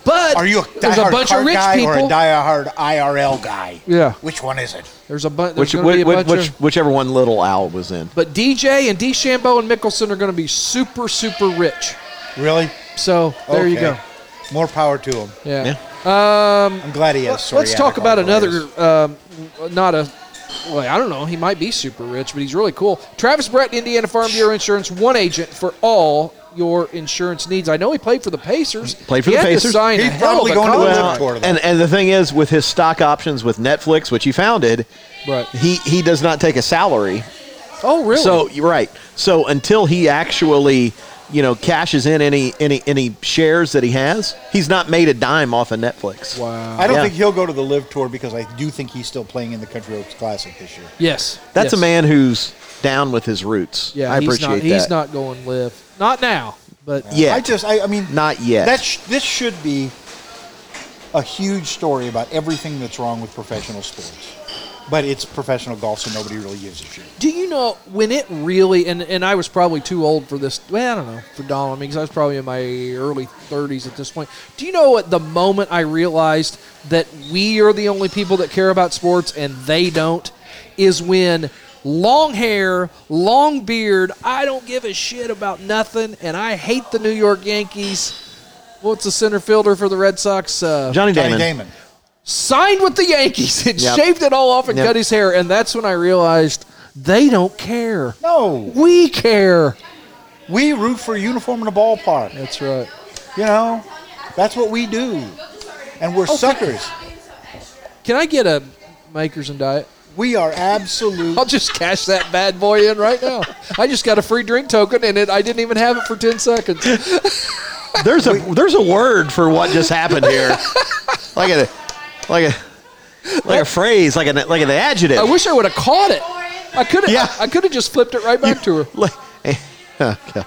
But
Are you a
there's a
diehard
bunch
cart
of rich
guy
people.
or a diehard IRL guy?
Yeah.
Which one is it?
there's a, bu- there's
Which,
gonna be
which,
a bunch.
which,
of,
whichever one Little Owl was in.
but DJ and DeChambeau and Mickelson are going to be super super rich.
Really?
So there you
Okay.
go.
More power to him.
Yeah.
I'm glad he has.
Let's
psoriatic
talk about another,
arthritis.
um, not a, well, I don't know. He might be super rich, but he's really cool. Travis Brett, Indiana Farm Bureau Insurance, one agent for all your insurance needs. I know he played for the Pacers.
Played for
He
the
had to
Pacers.
sign a
He's
hell of
probably
a
going to
contract.
Well, Liverpool.
and, and the thing is, with his stock options with Netflix, which he founded,
Right.
he, he does not take a salary.
Oh, really?
So you're right. So until he actually, you know, cashes in any any any shares that he has, he's not made a dime off of Netflix.
wow.
I don't
Yeah.
think he'll go to the Live Tour because I do think he's still playing in the Country Oaks Classic this year.
Yes.
That's
yes.
a man who's down with his roots.
Yeah,
I
he's
appreciate
not,
that.
He's not going live. Not now, but
Yeah.
I just, I, I mean,
Not yet.
That sh- this should be a huge story about everything that's wrong with professional sports, but it's professional golf, so nobody really gives a shit.
Do you know when it really and and I was probably too old for this. Well, I don't know for Don. I mean, 'cause I was probably in my early 30s at this point. Do you know at the moment I realized that we are the only people that care about sports and they don't? Is when long hair, long beard. I don't give a shit about nothing, and I hate the New York Yankees. What's the center fielder for the Red Sox? Uh,
Johnny Damon.
Johnny Damon.
signed with the Yankees and
Yep.
shaved it all off and
Yep.
cut his hair. And that's when I realized they don't care.
No,
We care.
we root for a uniform in a ballpark.
That's right.
You know, that's what we do, and we're suckers.
Can I get a Makers and Diet?
We are absolute.
I'll just cash that bad boy in right now. I just got a free drink token and it, I didn't even have it for 10 seconds.
There's a there's a word for what just happened here, (laughs) like a like a like a phrase, like an like an adjective.
I wish I would have caught it. I could have
Yeah.
I, could have just flipped it right back to her.
Like- oh, God.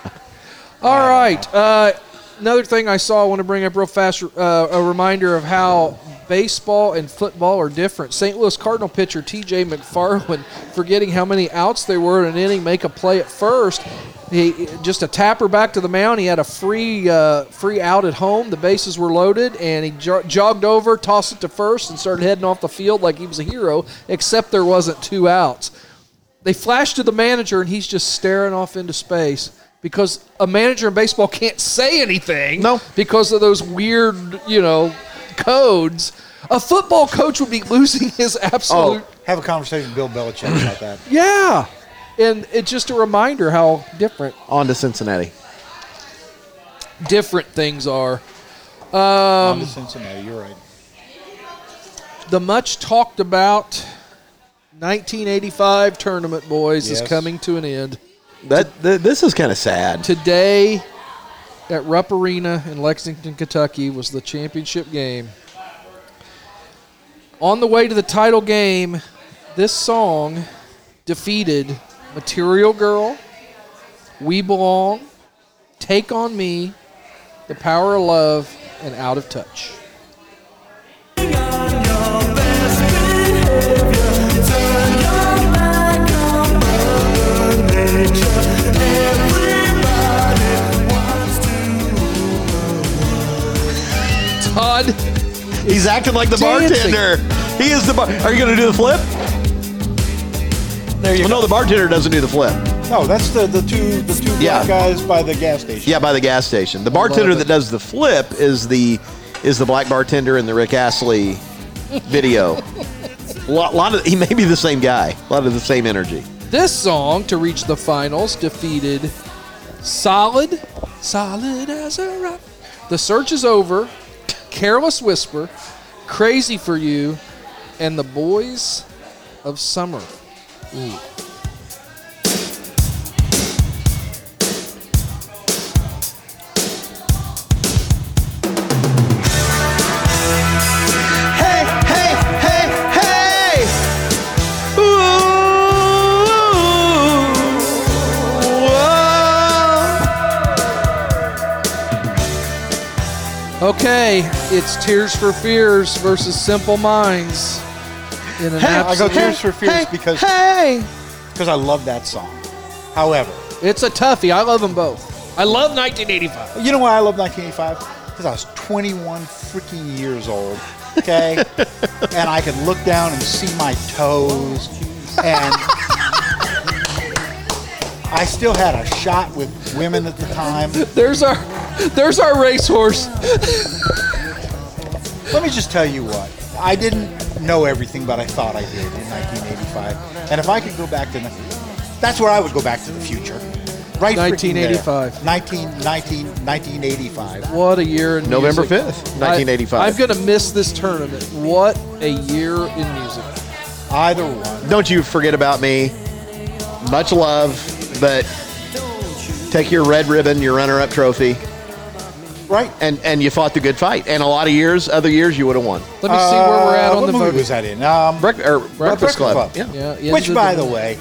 All right. Uh, another thing I saw I want to bring up real fast uh, a reminder of how baseball and football are different. St. Louis Cardinal pitcher TJ McFarland, forgetting how many outs there were in an inning, make a play at first. He just a tapper back to the mound. He had a free uh, free out at home. The bases were loaded, and he jo- jogged over, tossed it to first, and started heading off the field like he was a hero. Except there wasn't two outs they flash to the manager and he's just staring off into space because a manager in baseball can't say anything
No.
because of those weird you know codes a football coach would be (laughs) losing his absolute
Oh.
(clears throat)
Have a conversation with Bill Belichick about that.
yeah and it's just a reminder how different
On to Cincinnati.
different things are.
Um,
on to Cincinnati. You're right.
The much talked about 1985 tournament, boys, is
Yes.
coming to an end.
That th- this is kind of sad.
Today at Rupp Arena in Lexington, Kentucky was the championship game. On the way to the title game, this song defeated Material Girl, We Belong, Take On Me, The Power of Love, and Out of Touch. Todd,
He's acting like the
Dancing.
bartender. He is the bar. Are you going to do the flip? There you well, no, the bartender doesn't do the flip.
No, that's the, the two the two
Yeah.
black guys by the gas station.
Yeah, by the gas station. The bartender
it.
that does the flip is the is the black bartender in the Rick Astley video. (laughs) A lot, lot of he may be the same guy. A lot of the same energy.
this song to reach the finals defeated Solid, Solid as a Rock. The Search is Over, Careless Whisper, Crazy for You, and The Boys of Summer.
Hey, hey, hey, hey! Ooh, whoa.
Okay, it's Tears for Fears versus Simple Minds. In an
I go
absolute,
Tears for Fears because
hey,
because I love that song. However,
it's a toughie. I love them both. I love 1985.
you know why I love 1985? Because I was 21 freaking years old.
(laughs)
Okay, and I could look down and see my toes, and I still had a shot with women at the time.
There's our, there's our racehorse.
Let me just tell you what. I didn't know everything, but I thought I did in 1985. And if I could go back to, the- that's where I would go back to the future. Right. freaking there.
1985.
19, 19, 1985.
What a year in
November
music.
5th, 1985.
I, am gonna miss this tournament. What a year in music.
Either one.
Don't you forget about me. Much love, but take your red ribbon, your runner-up trophy,
Right.
and and you fought the good fight. And a lot of years, other years, you would have won.
Let me see where we're at on
Uh, what
the
movie
voting.
was that in? Um,
Break, or Breakfast,
Breakfast
Club.
Club.
Yeah.
Yeah, yeah,
which,
the-
by the way,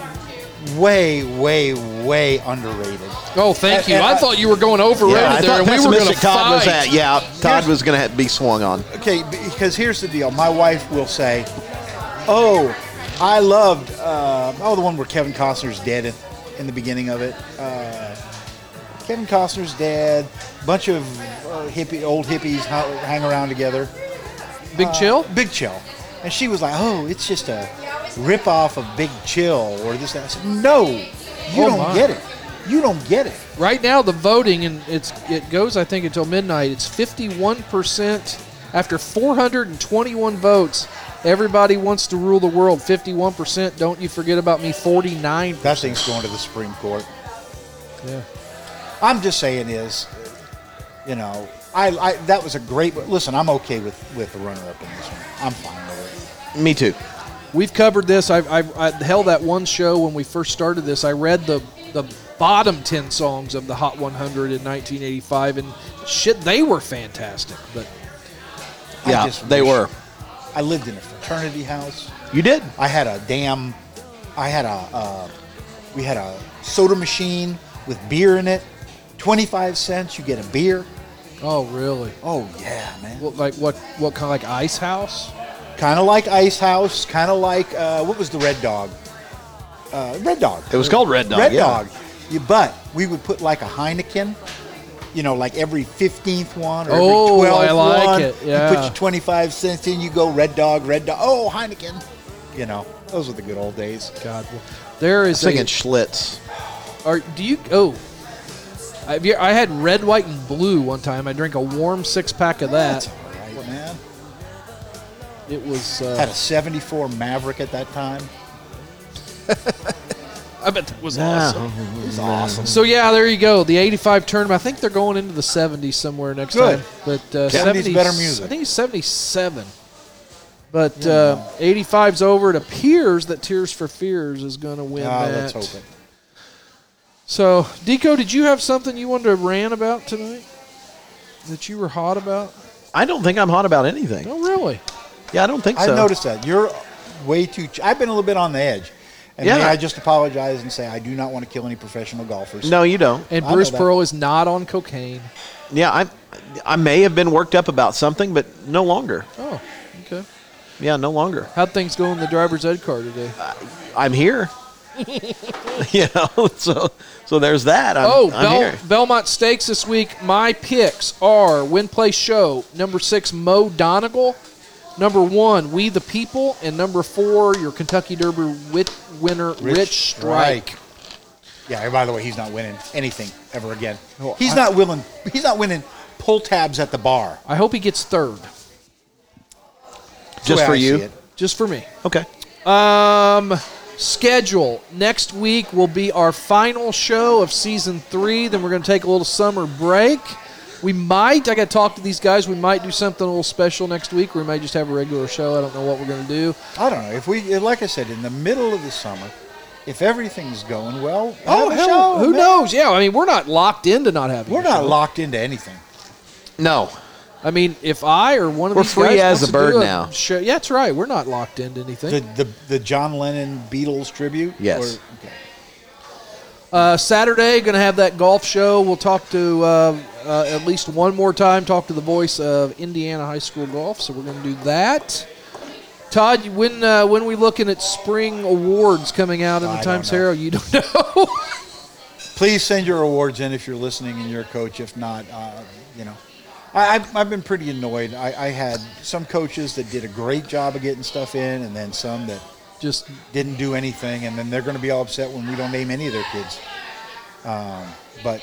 way, way, way underrated.
Oh, thank
And-
you.
and
I
I-
thought you were going overrated
Yeah, I
there,
thought
and we were gonna
pessimistic Todd was
fight.
at. Yeah, Todd
Here's-
was going to be swung on.
Okay, because here's the deal. My wife will say, "Oh, I loved uh, oh the one where Kevin Costner's dead in, in the beginning of it. Uh, Kevin Costner's dead. Bunch of uh, hippie old hippies ho- hang around together.
Big chill.
Big Chill." And she was like, "Oh, it's just a rip off of Big Chill or this." That. I said, "No, you
Oh,
don't
my.
get it. You don't get it."
Right now, the voting and it's it goes. I think until midnight. It's 51 percent after 421 votes. Everybody wants to rule the world. 51 percent. Don't you forget about me. 49.
That thing's going to the Supreme Court.
Yeah.
I'm just saying is, you know, I, I that was a great. Listen, I'm okay with with the runner up in this one. I'm fine with
Me too.
We've covered this. I, I, I held that one show when we first started this. I read the the bottom ten songs of the Hot 100 in 1985, and shit, they were fantastic. But
it. I
Yeah,
just
they
wish-
were.
I lived in a fraternity house.
You did.
I had a damn. I had a. Uh, we had a soda machine with beer in it. Twenty five cents, you get a beer.
oh, really?
Oh yeah, man.
What, like what? What kind? Like Ice House?
kind of like Ice House. Kind of like uh, what was the Red Dog? Uh, Red Dog.
It was called Red Dog.
Red
yeah.
Dog. You, but we would put like a Heineken, you know, like every 15th one or
Oh,
every 12th
I like
one.
it,
You
yeah.
put your 25 cents in, you go Red Dog, Red Dog. Oh, Heineken. You know, those were the good old days.
God, there is
Singing
a.
Schlitz.
Are, do you? Oh, I've, I had red, white, and blue one time. I drank a warm six pack of
That's
that.
all right, man.
It was.
Had
Uh,
a 74 Maverick at that time.
I bet that was awesome.
Oh,
Ah,
It's awesome.
So yeah, there you go. The '85 tournament. I think they're going into the '70s somewhere next
Good.
time. But uh,
70s
70s
better music.
I think it's '77. But uh, '85's over. It appears that Tears for Fears is going to win
Ah,
that.
let's hope it.
So, Deco, did you have something you wanted to rant about tonight? That you were hot about?
I don't think I'm hot about anything.
No, really.
Yeah, I don't think so.
I've noticed that you're way too. Ch- I've been a little bit on the edge, and
Yeah.
may I just apologize and say I do not want to kill any professional golfers.
No, you don't.
And
I know
Bruce
that.
Pearl is not on cocaine.
Yeah, I, I may have been worked up about something, but no longer.
Oh, okay.
Yeah, no longer.
How'd things go in the driver's ed car today?
I'm here. (laughs) you know, so so there's that. I'm,
Oh,
I'm
Bel-
here.
Belmont Stakes this week. My picks are Win Play Show, number six, Mo Donegal, number one, We the People, and number four, your Kentucky Derby wit- winner, Rich, Strike.
Yeah. and By the way, he's not winning anything ever again. He's not willing. He's not winning pull tabs at the bar.
I hope he gets third,
That's the
Just
way
for
I see
you.
it.
just for me.
Okay.
Um, schedule next week will be our final show of season three. Then we're going to take a little summer break. We might. I got to talk to these guys. We might do something a little special next week. Or we might just have a regular show. I don't know what we're going to do.
I don't know if we, like I said, in the middle of the summer, if everything's going well,
Oh,
have a
hell,
show,
who
man.
knows? Yeah, I mean, we're not locked into not having.
We're
a
not
show.
locked into anything.
No.
I mean, if I or one of
We're
these
free
guys
as
wants
a
to
bird
do
now.
show- yeah, that's right. We're not locked into anything.
The the the John Lennon Beatles tribute.
Yes.
Or- okay.
Uh, Saturday, going to have that golf show. We'll talk to uh, uh, at least one more time. Talk to the voice of Indiana High School golf. So we're going to do that. Todd, you- when uh, when we looking at spring awards coming out in
I
the
don't
Times
know.
Herald? You don't (laughs) know.
Please send your awards in if you're listening and you're a coach. If not, uh, you know, I, I've, I've been pretty annoyed. I, I had some coaches that did a great job of getting stuff in, and then some that
Just
didn't do anything, and then they're going to be all upset when we don't name any of their kids. Um, but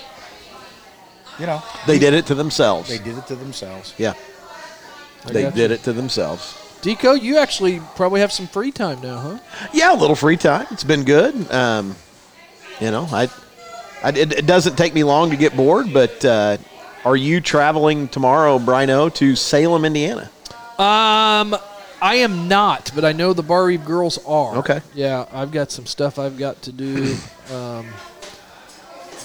you know,
They did it to themselves.
they did it to themselves.
Yeah. They did it to themselves.
Deco, you actually probably have some free time now, huh?
Yeah, a little free time. It's been good. Um, you know, I, I it, it doesn't take me long to get bored. But uh, are you traveling tomorrow, Brino, to Salem, Indiana?
Um, I am not, but I know the Bar Eve girls are.
Okay.
Yeah, I've got some stuff I've got to do. um,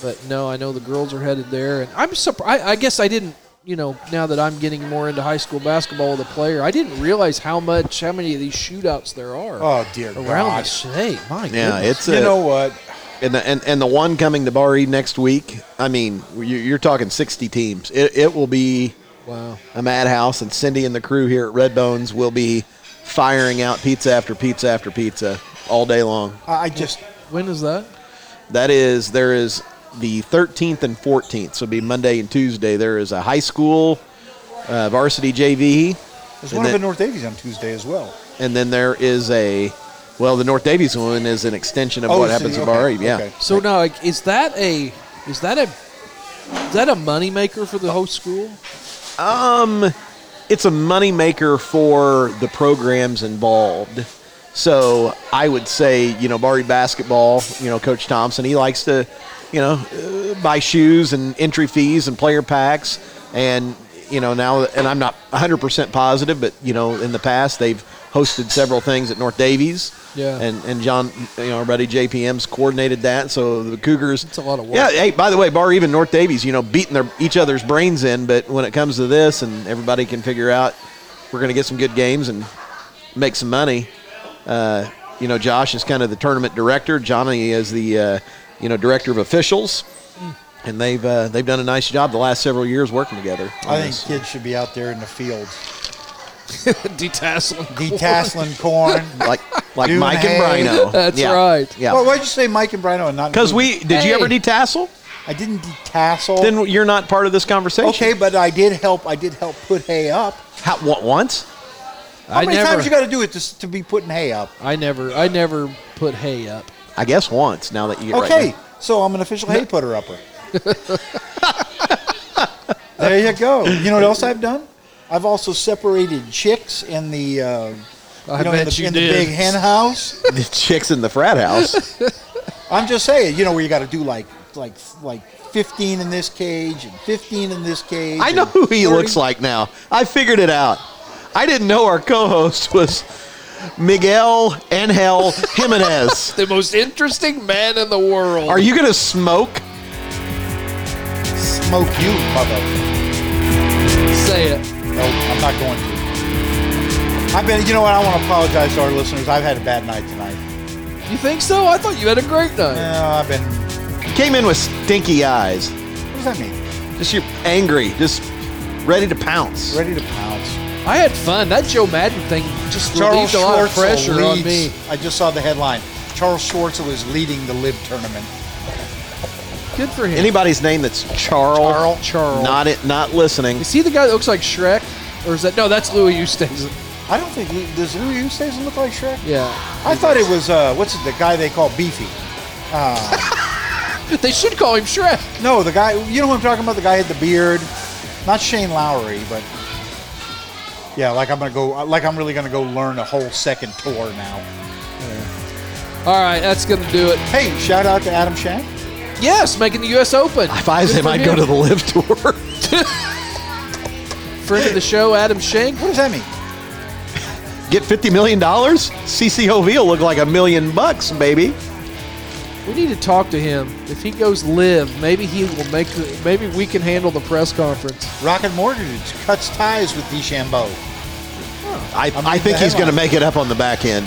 but no, I know the girls are headed there, and I'm surprised. I, I guess I didn't. You know, now that I'm getting more into high school basketball with a player, I didn't realize how much, how many of these shootouts there are
Oh dear
around
God!
the state. My
Yeah,
goodness.
it's a,
You know what?
and, the, and and the one coming to Bar Eve next week. I mean, you- you're talking 60 teams. It, it will be
wow.
a madhouse, and Cindy and the crew here at Red Bones will be firing out pizza after pizza after pizza all day long.
I I just
When is that?
That is, there is the 13th and 14th. So it'll be Monday and Tuesday. There is a high school uh, varsity JV,
there's
And
one up
that-
in North Davies on Tuesday as well.
and then there is a, well, the North Davies one is an extension of
Oh,
what
so-
happens at
okay,
Bar Eve. Yeah.
okay.
So now, like, is that a, is that a, is that a moneymaker for the whole school? (laughs)
It's a moneymaker for the programs involved. So I would say, you know, Bar Eve basketball, you know, Coach Thompson, he likes to, you know, uh, buy shoes and entry fees and player packs. And, you know, now, and I'm not 100% positive, but, you know, in the past, they've hosted several things at North Davies.
Yeah.
And, and John, you know, our buddy JPM's coordinated that. So the Cougars.
It's a lot of work.
Yeah. Hey, by the way, Bar even North Davies, you know, beating their each other's brains in. But when it comes to this and everybody can figure out, we're going to get some good games and make some money uh, you know, Josh is kind of the tournament director. Johnny is the, uh, you know, director of officials, and they've uh, they've done a nice job the last several years working together. on
I think
this.
kids should be out there in the fields
Detasseling.
(laughs)
detasseling corn.
like like
Doing
Mike
hay.
and
(laughs)
Brino.
That's
Yeah.
right.
Well,
Yeah,
why'd you say Mike and Brino and not?
because
include
we did you
Hey.
ever detassel?
me? I didn't detassel.
Then you're not part of this conversation.
okay, but I did help. I did help put hay up.
How, what once?
(laughs)
How
I
many
never,
times you got to do it to, to be putting hay up?
I never, I never put hay up.
I guess once. Now that you get right
okay,
now.
so I'm an official hay
(laughs)
putter upper. there you go. You know what else I've done? I've also separated chicks in the. Uh,
I
you know, in
bet
the,
you
in
did.
the big hen house.
the chicks in the frat house.
I'm just saying, you know, where you got to do like like like 15 in this cage and 15 in this cage.
(laughs) I know
and
who he
30.
looks like now. I figured it out. I didn't know our co-host was Miguel Angel (laughs) Jimenez.
The most interesting man in the world.
Are you gonna smoke?
Smoke you, mother.
say it?
No, I'm not going to. I've been, you know what? I want to apologize to our listeners. I've had a bad night tonight.
You think so? I thought you had a great night.
No, I've been. What
Came in with stinky eyes.
does that mean?
Just you're angry. Just ready to pounce.
Ready to pounce.
I had fun. That Joe Madden thing just relieved
Charles
a lot of
Schwartzel
pressure on me.
leads- I just saw the headline. Charles Schwartzel is leading the Lib tournament.
Good for him.
Anybody's name that's Charles,
Charl.
Charl.
not it, not listening.
Is he the guy that looks like Shrek? Or is that no? That's Louis Oosthuizen.
I don't think does Louis Oosthuizen look like Shrek?
Yeah,
I thought it was uh, what's it, the guy they call Beefy.
(laughs) they should call him Shrek.
No, the guy. You know who I'm talking about? The guy had the beard. Not Shane Lowry, but yeah, like I'm gonna go. Like I'm really gonna go learn a whole second tour now.
All right, that's gonna do it.
Hey, shout out to Adam Shank.
Yes, making the U.S. Open.
If I was
Good
him,
for
I'd
him.
go to the live (laughs) tour.
friend of the show, Adam Shank.
What does that mean?
Get fifty million dollars. CCOV will look like a million bucks, baby.
We need to talk to him. If he goes live, maybe he will make. The, maybe we can handle the press conference.
Rocket Mortgage cuts ties with DeChambeau.
I, I
reading
think he's
the
going to
headline.
make it up on the back end.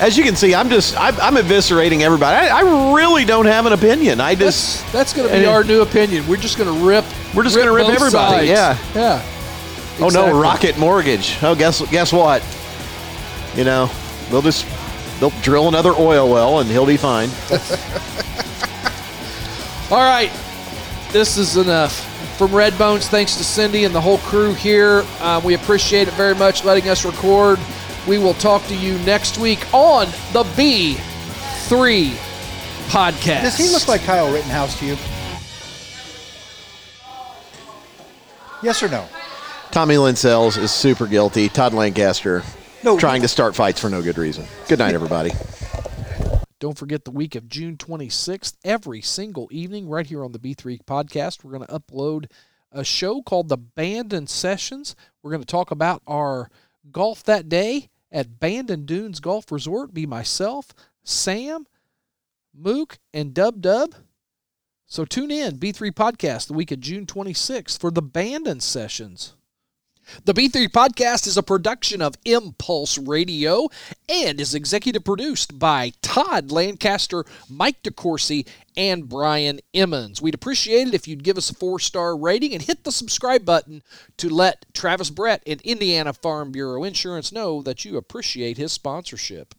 As you can see, I'm just I'm, I'm eviscerating everybody. I, I really don't have an opinion. I just
That's that's going to
and
be
it-
our new opinion. We're just going to rip.
We're just gonna rip
both sides.
everybody, yeah.
yeah.
oh
Exactly.
no, Rocket Mortgage. Oh guess guess what? You know, they'll just they'll drill another oil well and he'll be fine.
All right, this is enough. From Red Bones, thanks to Cindy and the whole crew here. Uh, we appreciate it very much letting us record. We will talk to you next week on the B3 podcast.
Does he look like Kyle Rittenhouse to you? Yes or no?
Tommy Linsells is super guilty. Todd Lancaster
No.
trying to start fights for no good reason. Good night, everybody.
Don't forget the week of June 26th, every single evening, right here on the B3 podcast, we're going to upload a show called The Bandon Sessions. We're going to talk about our golf that day at Bandon Dunes Golf Resort. Be myself, Sam, Mook, and Dub Dub. So tune in, B3 Podcast, the week of June 26th for the Bandon Sessions. The B3 Podcast is a production of Impulse Radio and is executive produced by Todd Lancaster, Mike DeCourcy, and Brian Emmons. We'd appreciate it if you'd give us a four star rating and hit the subscribe button to let Travis Brett and Indiana Farm Bureau Insurance know that you appreciate his sponsorship.